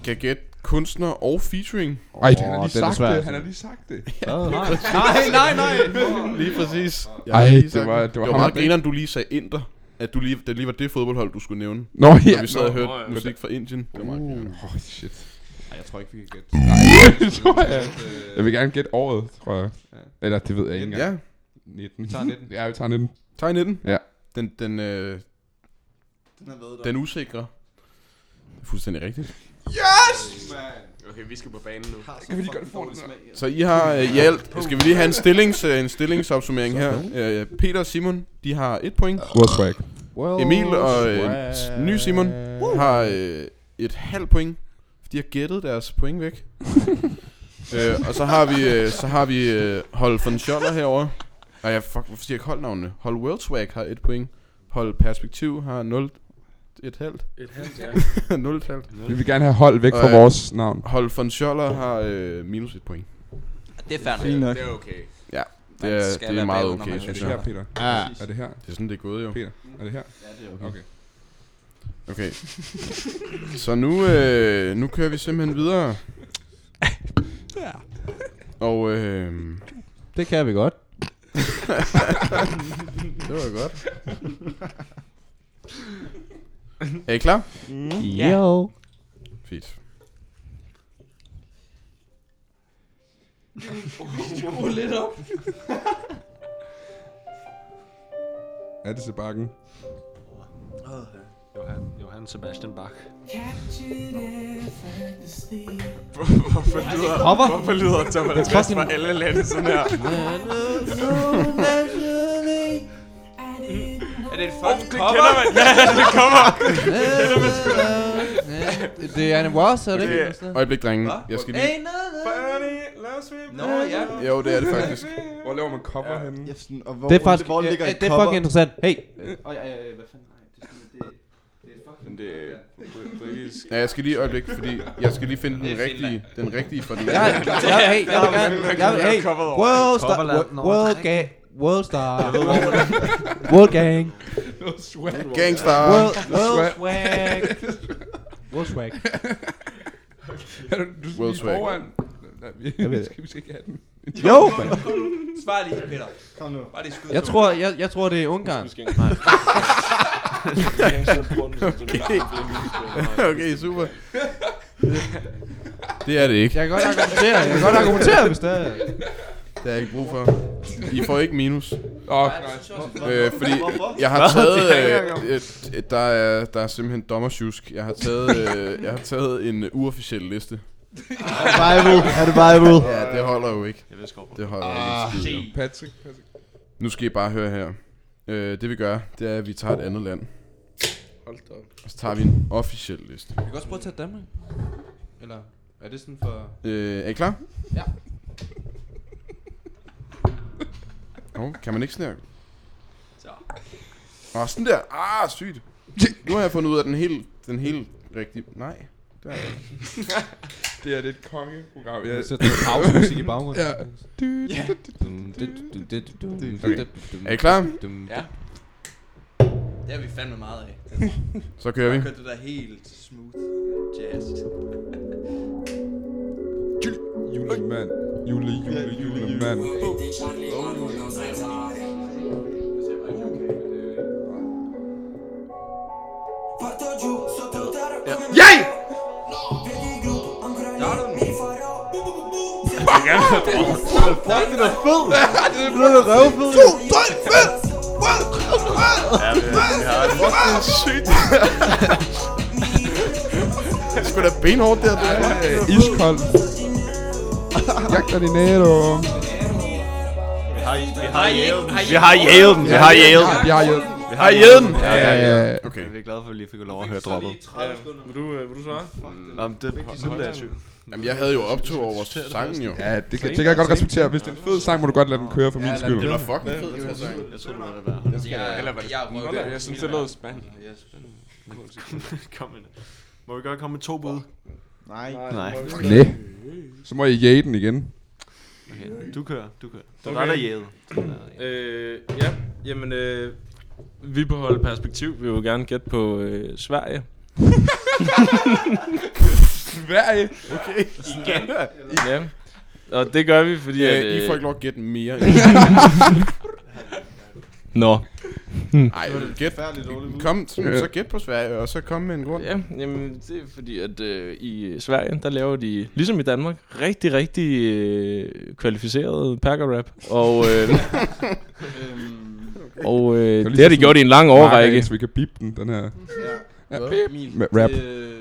kan gætte kunstner og featuring. Ej, han har Åh, lige den er sagt svær, det. altså. Han har lige sagt det. Nej, nej, nej. Lige præcis. Jeg Ej, har lige det sagt var- det var det var ham, meget der- grineren, du lige sagde Inter. At du lige, det lige var det fodboldhold, du skulle nævne. Nå, ja. Ja, vi sad og nå, hørte nå, ja. musik fra Indien. Det var meget grineren. Oh, shit. Nej, jeg tror ikke, vi kan gætte. Det tror jeg. Jeg vil gerne gætte året, tror jeg. Eller det ved jeg ikke engang. Ja, 19. Vi tager 19. Ja, vi tager 19. tag 19. Ja. Den, den, øh, Den har været der. den usikre. Det er fuldstændig rigtigt. Okay, vi skal på banen nu. Kan vi lige gøre det for den Så I har øh, i alt, skal vi lige have en, stillings, øh, en stillingsopsummering her. Øh, Peter og Simon, de har et point. Wordswag. Well, Emil og øh, s- ny Simon har øh, et halvt point. for De har gættet deres point væk. øh, og så har vi, øh, så har vi øh, Hold von Scholler herovre. Og jeg, fuck, hvorfor siger jeg ikke holdnavnene? Hold Worldswag har et point. Hold Perspektiv har 0 et halvt. Et halvt, ja. 0 et halvt. Vi vil gerne have hold væk fra Øh. vores navn. Hold von Scholler har øh, minus et point. Det er fair nok. Fint nok. Det er okay. Det Man er, skal det er være meget bagud, når okay, man er synes det jeg. her, Peter? Ja. Er det her? Det er sådan, det er gået jo. Peter, er det her? Okay. Okay. Så nu, øh, nu kører vi simpelthen videre. Og øh, Det kan vi godt. det var godt. er I klar? Ja. Jo. Fint. Er det til bakken? Johan, Johan Sebastian Bach. Hvorfor lyder, hvorfor lyder Thomas Vest fra alle lande sådan her? Er det et fucking cover? Kender man? Ja, det kommer. Det er en was, er det Okay. ikke? Øjeblik, drenge. Jeg skal lige... Nå, ja. Jo, det er det faktisk. Hvor laver man cover ja. henne? Ja, sådan, og hvor, Det er faktisk, hvor ligger øh, et det er cover? fucking interessant. Hey, Åh, ja, ja, ja, hvad fanden? Nej, det er sådan, Men det, det er fucking... det er br- britisk. Ja, jeg skal lige øjeblik, fordi jeg skal lige finde den rigtige, den rigtige for den jeg, jeg, anden. jeg, hey, jeg vil gerne, jeg vil, hey, World Star, Coverland, når World Gang, World Star, World Gang, Gangstar! World, World Swag, World Swag. Er du, du World World swag. foran? Nej, vi, Jeg ved vi skal, vi skal ikke have den. Jo, Svar lige, Peter. Kom nu. Bare lige skud. jeg tror, jeg, jeg tror, det er Ungarn. Okay, super. Det er det ikke. Jeg kan godt argumentere, jeg kan godt argumentere, hvis det er. Det er ikke brug for. I får ikke minus. Åh, oh, Øh, fordi jeg har taget... Øh, øh, der, er, der er simpelthen dommersjusk. Jeg har taget, øh, jeg har taget en øh, uofficiel liste. Er det Bible? Er det Bible? Ja, det holder jo ikke. Jeg ved sgu Det holder ah, ikke. skide. Patrick, Patrick. Nu skal I bare høre her. Øh, det vi gør, det er, at vi tager et andet land. Hold da op. Og så tager vi en officiel liste. Vi kan også prøve at tage Danmark. Eller, er det sådan for... Øh, er I klar? Ja. Oh, kan man ikke sådan der? Åh, sådan der. Ah, sygt. Nu har jeg fundet ud af den helt, den helt rigtige. Nej. Det er jeg ikke. Det er det et kongeprogram. Ja. Så der er pausemusik i baggrunden. Ja. Er I klar? Ja. Det har vi fandme meget af. Så kører vi. Jeg kørte det der helt smooth jazz. Julemand. Jule, jule, julemand. Jeg! Fuck, den er fed! Den er røvfed! jo. Det er sgu da benhårdt der. Iskold. Jagter de nære. Vi har, vi har jævet den. Vi har jævet den. Vi har jævet den. Vi har jævet den. Vi har jævet den. Ja, ja, ja. Okay. Vi er glade for, at vi lige fik lov at høre droppet. Ja, vil, du, øh, vil du svare? Nå, men det er sådan, der er syg. Jamen, jeg havde jo optog over sangen jo. Ja, det kan, det kan jeg godt respektere. Hvis det er en fed sang, må du godt lade den køre for min skyld. Det var fucking fed, den her sang. Jeg tror, det var det værd. Jeg, jeg synes, det lød spændende. Kom med det. Må vi godt komme med to bud? Nej. Nej. Næ. Så må I jage den igen. Okay, du kører, du kører. Det Okay. var der jævet. Øh, ja, jamen, øh, vi på hold perspektiv vil jo gerne gætte på øh, Sverige. Sverige. Ja. Og det gør vi, fordi... Ja, at, øh, I får ikke lov at gætte mere. Nå. Nej, gæt. Færdigt dårligt ud. Kom, så så gæt på Sverige, og så kom med en grund. Ja, jamen, det er fordi, at øh, i Sverige, der laver de, ligesom i Danmark, rigtig, rigtig øh, kvalificeret pakker-rap. Og, øh, og øh, det har de gjort i en lang Mark, årrække. så vi kan bip den, den her Ja. Ja, Hvad? Min. med rap. Det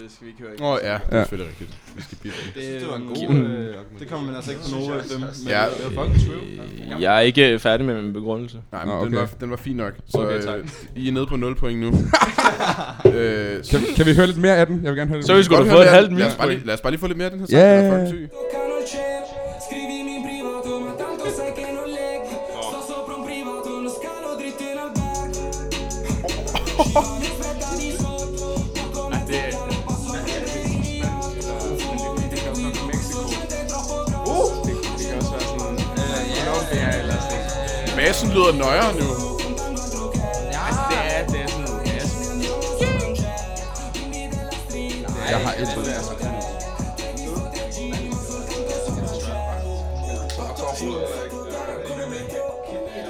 skal vi ikke høre. Åh oh, ja, det er Ja. selvfølgelig rigtigt. Vi skal blive det. Det, det var en god, god... Det kommer man altså ikke på nogen af dem. men Ja. Det var fucking true. Øh, Jeg er ikke færdig med min begrundelse. Nej, men Nå, okay. den, okay. var, den var fin nok. Så Okay, okay, tak. I er nede på 0 point nu. øh, Kan, kan vi høre lidt mere af den? Jeg vil gerne høre lidt Så vi mere. skulle Godt have høre fået et mere. halvt lad, os bare minuspoint. lige, lad os bare lige få lidt mere af den her Ja, sang. Yeah. Den ja, er ja. fucking syg. Scrivimi in privato, ma tanto sai che non leggo. Sto sopra un privato, lo scalo dritto in albergo. Ci sono aspetta di sotto, ma come aspetta, posso vedere i Uh. øh, Bassen lyder nøjere nu. Jeg har et bud.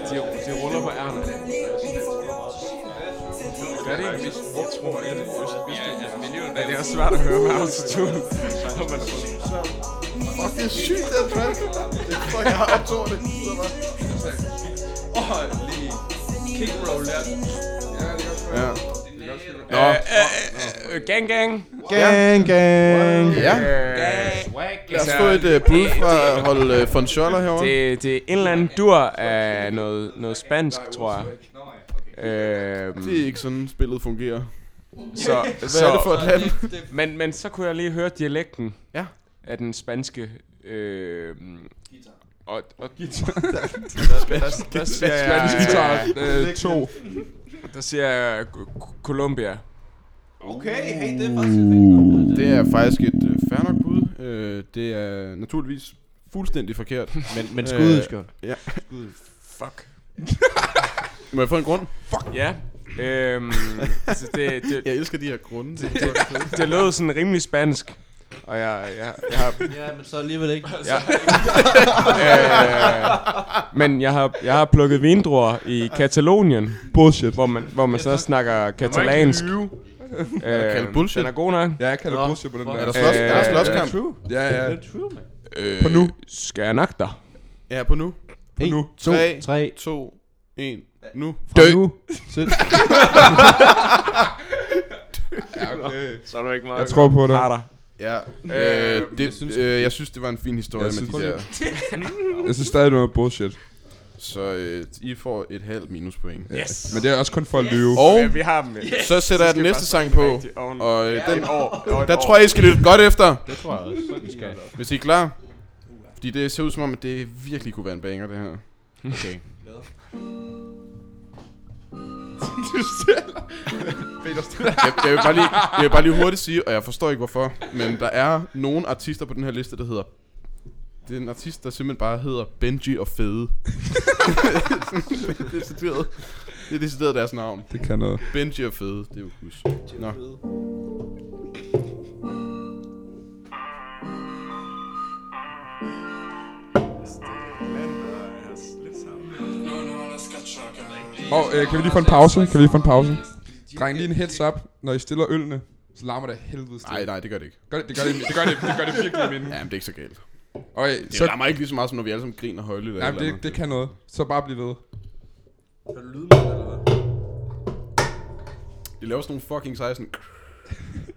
De, de ruller på ærne. Hvad er det egentlig? Jeg tror, jeg er det øst. Men det er også svært at høre med autotune. når man er på- Fuck, det er sygt, den track. Det tror jeg, jeg har optog det. Ja. Nå, Øh, Gang, gang. Øh, Gang, gang. ja. Lad os få et øh, bud fra hold øh, von Scholler herovre. Det, det er en eller anden dur af noget, noget spansk, tror jeg. Øhm, Det er ikke sådan, spillet fungerer. så, Hvad er det for så, et land? men, men så kunne jeg lige høre dialekten Ja. af den spanske... Øh, og, og Spansk. der siger jeg... Spansk guitar øh, to. Der siger jeg øh, K- K- Colombia. Okay, hey, det er faktisk... Mm. Det er faktisk et øh, fair nok bud. Øh, det er naturligvis fuldstændig forkert. Men, men skuddet skal. Ja. Fuck. Må jeg få en grund? Ja. Øhm, altså det, det, Jeg elsker de her grunde. Det, det lød sådan rimelig spansk. Og jeg, jeg, jeg har, Ja, men så alligevel ikke. Altså, øh, men jeg har, jeg har plukket vindruer i Katalonien, Bullshit. hvor man, hvor man så snakker katalansk. kalde Øh, bullshit. den er god nok. Ja, jeg kalder bullshit på den der. er der slås, Øh, er der slåskamp? Ja, ja. Øh, På nu. Skal jeg nok dig? Ja, på nu. På nu. To, tre, Tre. to, en. Nu. Dø. Så er du ikke meget. Jeg tror på dig. Ja. Øh, det, jeg, synes, øh, jeg synes, det var en fin historie Jeg med synes- de der. Jeg synes stadig, du er bullshit. Så øh, I får et halvt minuspoint. Ja. Men det er også kun for at lyve. Og Vi har dem. så sætter jeg den næste sang på. Og øh, den, år, der tror jeg, I skal lytte godt efter. Det tror jeg også. Vi skal. Hvis I er klar. Fordi det ser ud som om, at det virkelig kunne være en banger, det her. Okay. jeg, jeg, vil bare lige, jeg vil bare lige hurtigt sige, og jeg forstår ikke hvorfor, men der er nogle artister på den her liste, der hedder... Det er en artist, der simpelthen bare hedder Benji og Fede. det er decideret, det er decideret deres navn. Det kan noget. Benji og Fede, det er jo hus. Nå. Og øh, kan vi lige få en pause? Kan vi lige få en pause? Dreng, lige en heads up. Når I stiller ølene, så larmer det af helvede til. Nej, nej, det gør det ikke. Gør det, det, gør det, det, gør det, det, gør det virkelig i minden. Jamen, det er ikke så galt. Okay, Det så, så... rammer ikke lige så meget, som når vi alle sammen griner højlydt. nej, det, det kan noget. Så bare bliv ved. De laver sådan nogle fucking seje sådan...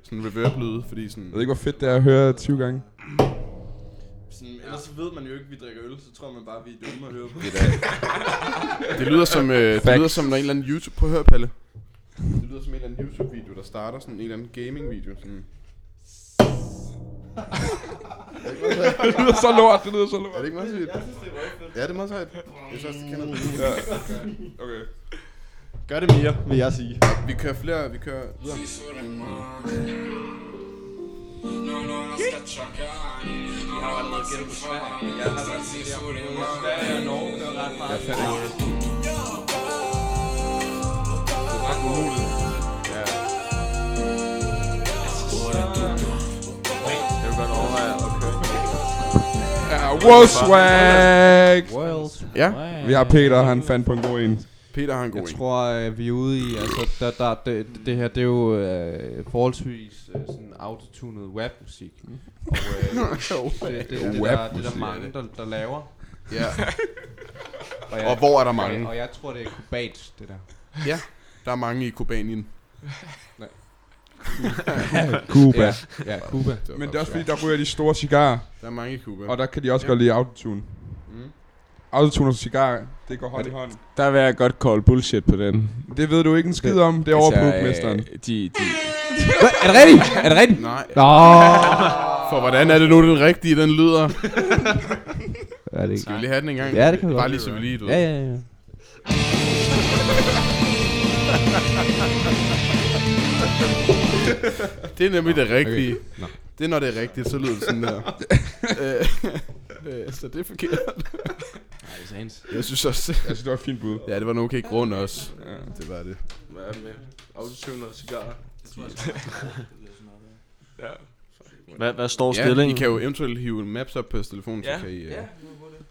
Sådan reverb-lyde, fordi sådan... Jeg ved ikke, hvor fedt det er at høre 20 gange. Sådan, ellers så ved man jo ikke, at vi drikker øl, så tror man bare, at vi er dumme at høre på. Det lyder som, øh, det lyder som når en eller anden YouTube... Prøv at høre, Palle. Det lyder som en eller anden YouTube-video, der starter sådan en eller anden gaming-video. Sådan. Det lyder så lort, det lyder så lort. Er det ikke meget sejt? Jeg synes, det er meget fedt. Ja, det er meget sejt. Jeg synes også, det kender det. Ja. Okay. Gør det mere, vil jeg sige. Vi kører flere, vi kører videre. Jeg har været noget gennem Sverige, men jeg har været set det her. Sverige og Norge gør ret meget. Jeg fandt det. Det er ret umuligt. Ja. Jeg vil godt overveje at køre. Ja, World Swag! World Ja. Vi har Peter, han fandt på en god en. Peter har en god Jeg tror, øh, vi er ude i, altså, der, der, det, det her, det er jo øh, forholdsvis øh, sådan autotunet webmusik. Og Jo. øh, det, det, det, det, det, der, det er der Webmusik, mange, der, der laver. Ja. Og hvor er der mange? Og, og jeg tror, det er kubat, det der. Ja, der er mange i Kubanien. Nej. Cuba. Ja, ja, Cuba. Men det er også fordi, der ryger de store cigarer. Der er mange i Cuba. Og der kan de også godt lide autotune. Mm. Autotune og cigar, det går hånd i hånd. Der vil jeg godt call bullshit på den. Det ved du ikke en skid om, det er over øh, plukmesteren. de, de, Hva? Er det rigtigt? Er det rigtigt? Nej. Nå. For hvordan er det nu den rigtige, den lyder? Er det ikke? Skal vi lige have den en gang? Ja, det kan vi Bare godt. lige så vi lige, du Ja, ved. ja, ja. Det er nemlig det rigtige. okay. Nå. Det er når det er rigtigt, så lyder det sådan der. Øh, øh, så det er forkert. Nej, det er sandt. Jeg synes også... Jeg synes, det var et fint bud. Ja, det var en okay grund også. Det var det. Hvad er det med? Autotune og cigarer. Det tror jeg Ja. Hvad, hvad står ja, stillingen? I kan jo eventuelt hive en maps op på telefonen, Ja. så kan I... øh, Ja,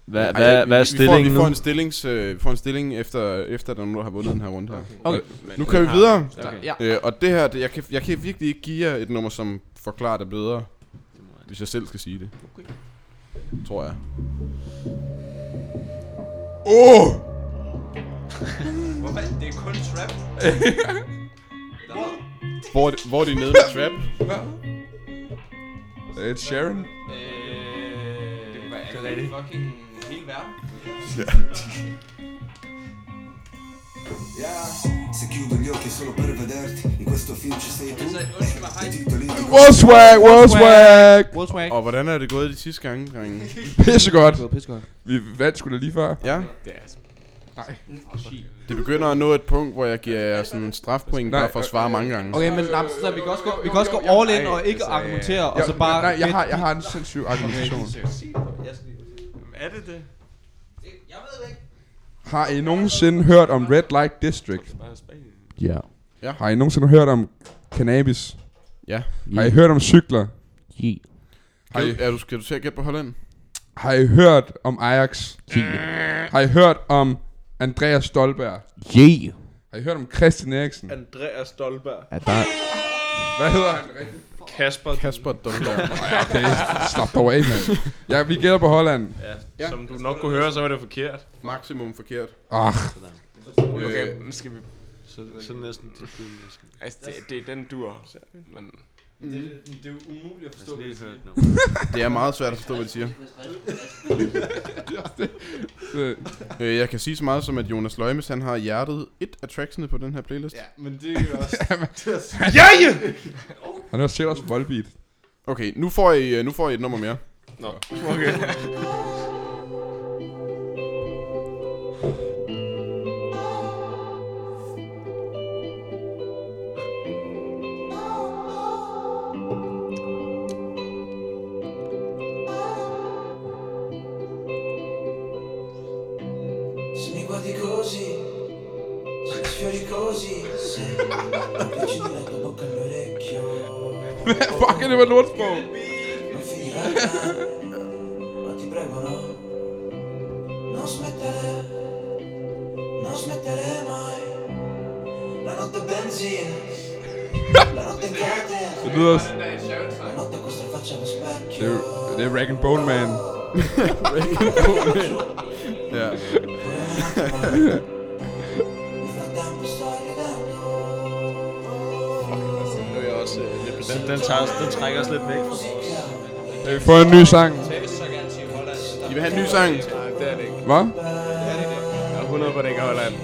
Hvad- Ej, hvad- vi- hvad er vi får, stillingen vi får nu? en, stillings, øh, vi får en stilling efter, efter der er nogen, der har vundet den her runde her. Okay. Øh, Men- Nu kører vi videre. Okay. Ja. Øh, og det her, det, jeg, kan, jeg kan virkelig ikke give jer et nummer, som forklarer det bedre. Hvis jeg selv skal sige det. Okay. Tror jeg. Åh! Oh! Hvorfor? Det er kun trap. Øh, Hvor, er det- hvor er de nede med trap? Ed Sharon? Det kunne være Det er alle fucking hele verden. Se chiudo gli occhi solo per vederti, in questo film ci sei tu. Ti titoli di- World Swag, World Swag! World Og hvordan er det gået de sidste gange, drenge? Pissegodt. Det var pissegodt. Vi vandt sgu da lige før. Ja. Nej. Det begynder at nå et punkt, hvor jeg giver jer sådan en strafpoint, bare for at svare mange gange. Okay, men nej, så vi kan også gå, vi kan også gå all in og ikke Altså, argumentere, og jeg- så bare... nej, jeg har- jeg har en sindssyg argumentation. Er det det? Har I nogensinde hørt om Red Light District? Ja. ja. Har I nogensinde hørt om cannabis? Ja. Har I hørt om cykler? Ja. Kan du, er du, skal du til at gætte på Holland? Har I hørt om Ajax? Har I hørt om Andreas Stolberg? Yeah. Har I hørt om Christian Eriksen? Andreas Stolberg. Ja, der... Hvad hedder han? Kasper. Kasper Dolberg. Okay, slap dog af, mand. Ja, vi gætter på Holland. Ja, ja. Som du nok kunne høre, så var det forkert. Maksimum forkert. Øh, Ah. Okay, nu Øh, skal vi... Så, så næsten til filmen, jeg skal. Altså, det, det er den dur. Men... Det, det er jo umuligt at forstå, hvad de siger. Det er meget svært at forstå, hvad de siger. øh, jeg kan sige så meget som, at Jonas Løjmes, han har hjertet et af tracksene på den her playlist. Ja. Men det er jo også... Han har selv også Volbeat. Okay, nu får, I, øh, nu får I et nummer mere. Nå, okay. Se mi guardi così, se mi sfiori così, se avvicini la tua bocca al mio orecchio. Hvad fuck er det med lortsprog? Non finirà mai, ma ti prego no, non smettere, non smettere mai. La notte benzina, la notte in catena, Det lyder også... la notte questa faccia allo specchio. Det er, det er Rack and Bone Man. Rack and Bone Man. Ja. Nu er jeg også øh, lidt bestemt. Den, den, tager, den trækker os lidt væk fra vores. Kan vi få en ny sang? Tavis så gerne til vil have en ny sang. Nej, det er det ikke. Hvad? Jeg er 100 på, det ikke er Holland.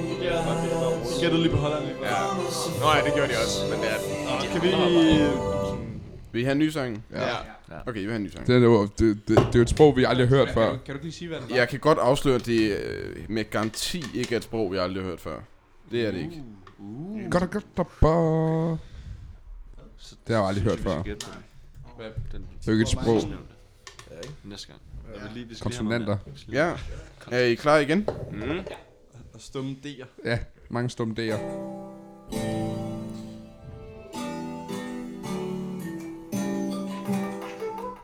Gættede lige på Holland. Ja. Nå ja, det gjorde de også, men det er den. Kan vi... Vil I have en ny sang? Ja. Ja. Okay, I vil have en ny sang. Det er, jo- det, det, det er jo et sprog, vi aldrig har hørt før. Kan du ikke lige sige, hvad det Jeg kan godt afsløre, at det øh, med garanti ikke er et sprog, jeg aldrig har hørt før. Det er det ikke. Godt, godt, godt, godt. Det har jeg aldrig hørt før. Det er jo ikke et sprog. Næste gang. Jeg vil lige, vi Konsonanter. Ja. Er I klar igen? Mm. Og stumme D'er. Ja, mange stumme D'er.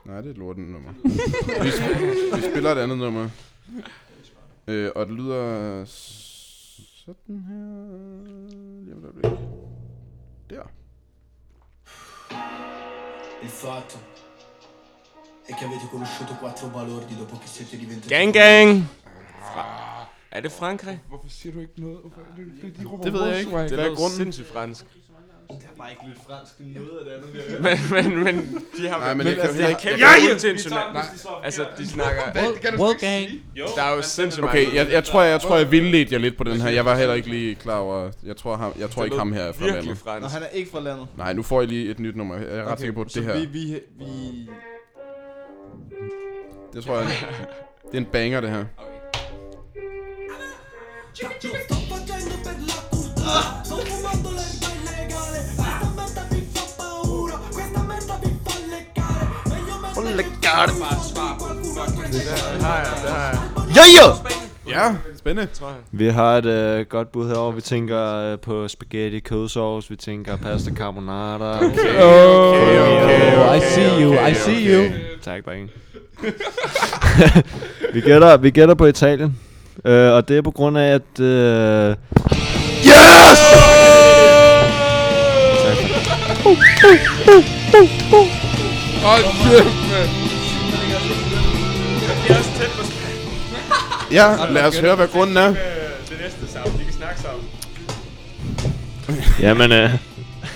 Nej, det er et lortet nummer. vi, vi spiller et andet nummer. Øh, og det lyder sådan her. Lige om et øjeblik. Der. Il fatto è che avete conosciuto quattro balordi dopo che siete diventati... Gang gang! Fra- Er det Frankrig? Hvorfor siger du ikke noget? Det ved jeg ikke. Det Hvad er er grunden? sindssygt fransk. Det er bare ikke lidt fransk. Det er noget af det andet, vi har hørt. Men, men, men, de har... Nej, men jeg kan altså, heller jeg ikke- kan Jeg- ikke jeg- til en vi tager tsunami. den, hvis de Altså, de snakker... Der er jo sindssygt mange... Okay, jeg, jeg tror, jeg, jeg, tror, jeg vildledte jer lidt på den her. Jeg var heller ikke lige klar over... Jeg tror, ham, jeg tror ikke, ham her er fra Virkelig landet. fransk. Nå, han er ikke fra landet. Nej, nu får I lige et nyt nummer. Jeg er ret okay, sikker på, at så det her... Vi, vi, vi... Det tror jeg... Det er en banger, det her. Sto fumando l'erba illegale, questa merda vi fa paura, questa merda vi fa leccare, meglio mettere Ja, ja! Ja, spændende. Tror jeg. Vi har et øh, godt bud herovre. Vi tænker øh, på spaghetti kødsovs, vi tænker pasta carbonara. Okay, okay, okay, okay, Oh, I okay, see you, okay, I see okay. you. Tak, drenge. vi, gætter, vi gætter på Italien. Øh, og det er på grund af, at... Øh, yes! Tak for det. Hold kæft, mand. Vi er også tæt på Ja, lad os høre, hvad grunden er. øh, det næste sammen. Vi kan snakke sammen. Jamen, øh, Fuck,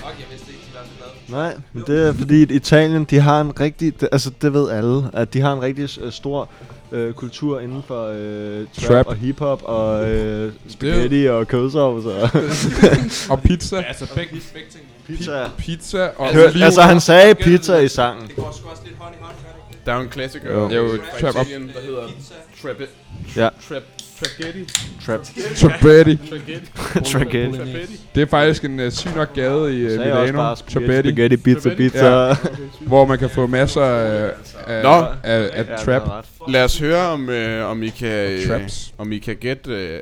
jeg vidste ikke, de var så glade. Nej, men det er fordi, at Italien, de har en rigtig, det- altså det ved alle, at de har en rigtig øh, stor øh, kultur inden for øh, trap, Trap. trap og hiphop og øh, spaghetti og kødsovs og... og pizza. Altså, begge, begge ting. Pizza. Pizza og Hør, altså han sagde pizza i sangen. Det går sgu også lidt hånd i hånd, gør det ikke det? Der er jo en klassiker. Jo. øh, Jo, fra trap up. Italien, Der hedder Trap... Ja. Trap... Tragedy. Trap. Trappetti. Tragedy. Det er faktisk en uh, syg nok gade i uh, Sagde jeg også Milano. bare spaghetti, spaghetti, pizza, pizza. Hvor man kan få masser af, af, Nå. af, af Ja, trap. det er ret. Lad os høre, om, øh, om I kan... Øh, Traps. Om I kan gætte... Øh,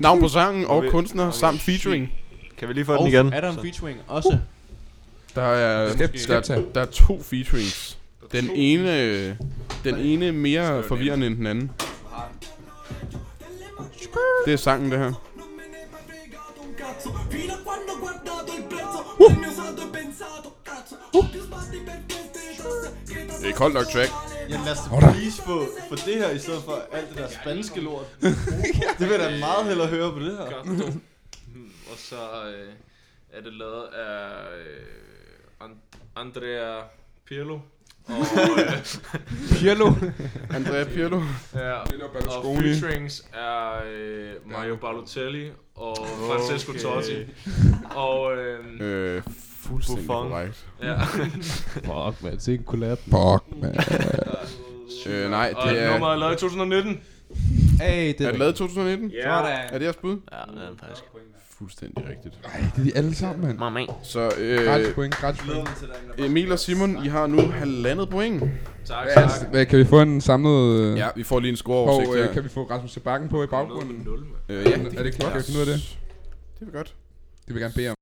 navn på sangen og Okay. kunstner samt featuring. Kan vi lige få den igen? Er der en featuring også? Der er, Skep- der, Skepta. der, der er to featurings. Den ene, øh, den ene mere forvirrende end den anden. Det er sangen, det her. Fino a quando ho guardato il prezzo, poi mi ho usato e pensato, cazzo, ho più sbatti per queste tasse, che da Det er koldt nok track. Jamen lad os Hvor der- da please få, få det her, i stedet for alt det der spanske lort. Det vil jeg da meget hellere høre på det her. Godt. Hmm, Og så øh, er det lavet af øh, An- Andrea Pirlo. Og, øh, Pirlo. Andrea Pirlo. ja, og Berlusconi. featurings er øh, Mario Balotelli og Francesco Totti. Og øh, Øh, fuldstændig Buffon. korrekt. ja. Fuck, man. Se en collab. Fuck, man. Øh, nej, Og det er... nummeret er lavet i 2019. Hey, det Er er det lavet i 2019? Ja. Er det jeres bud? Ja, det er det faktisk. Fuldstændig rigtigt. Ej, det er de alle sammen, mand. Mama. Så Gratis øh, point, gratis point. Emil og Simon, I har nu halvandet point. Tak, tak. altså, Hvad- Hvad, kan vi få en samlet... øh, Ja, vi får lige en Og scoreoversigt øh, her. kan vi få Rasmus Sebakken på i baggrunden? Øh, Er det klart, at vi finder ud af det? Det er godt. Det vil jeg gerne bede om.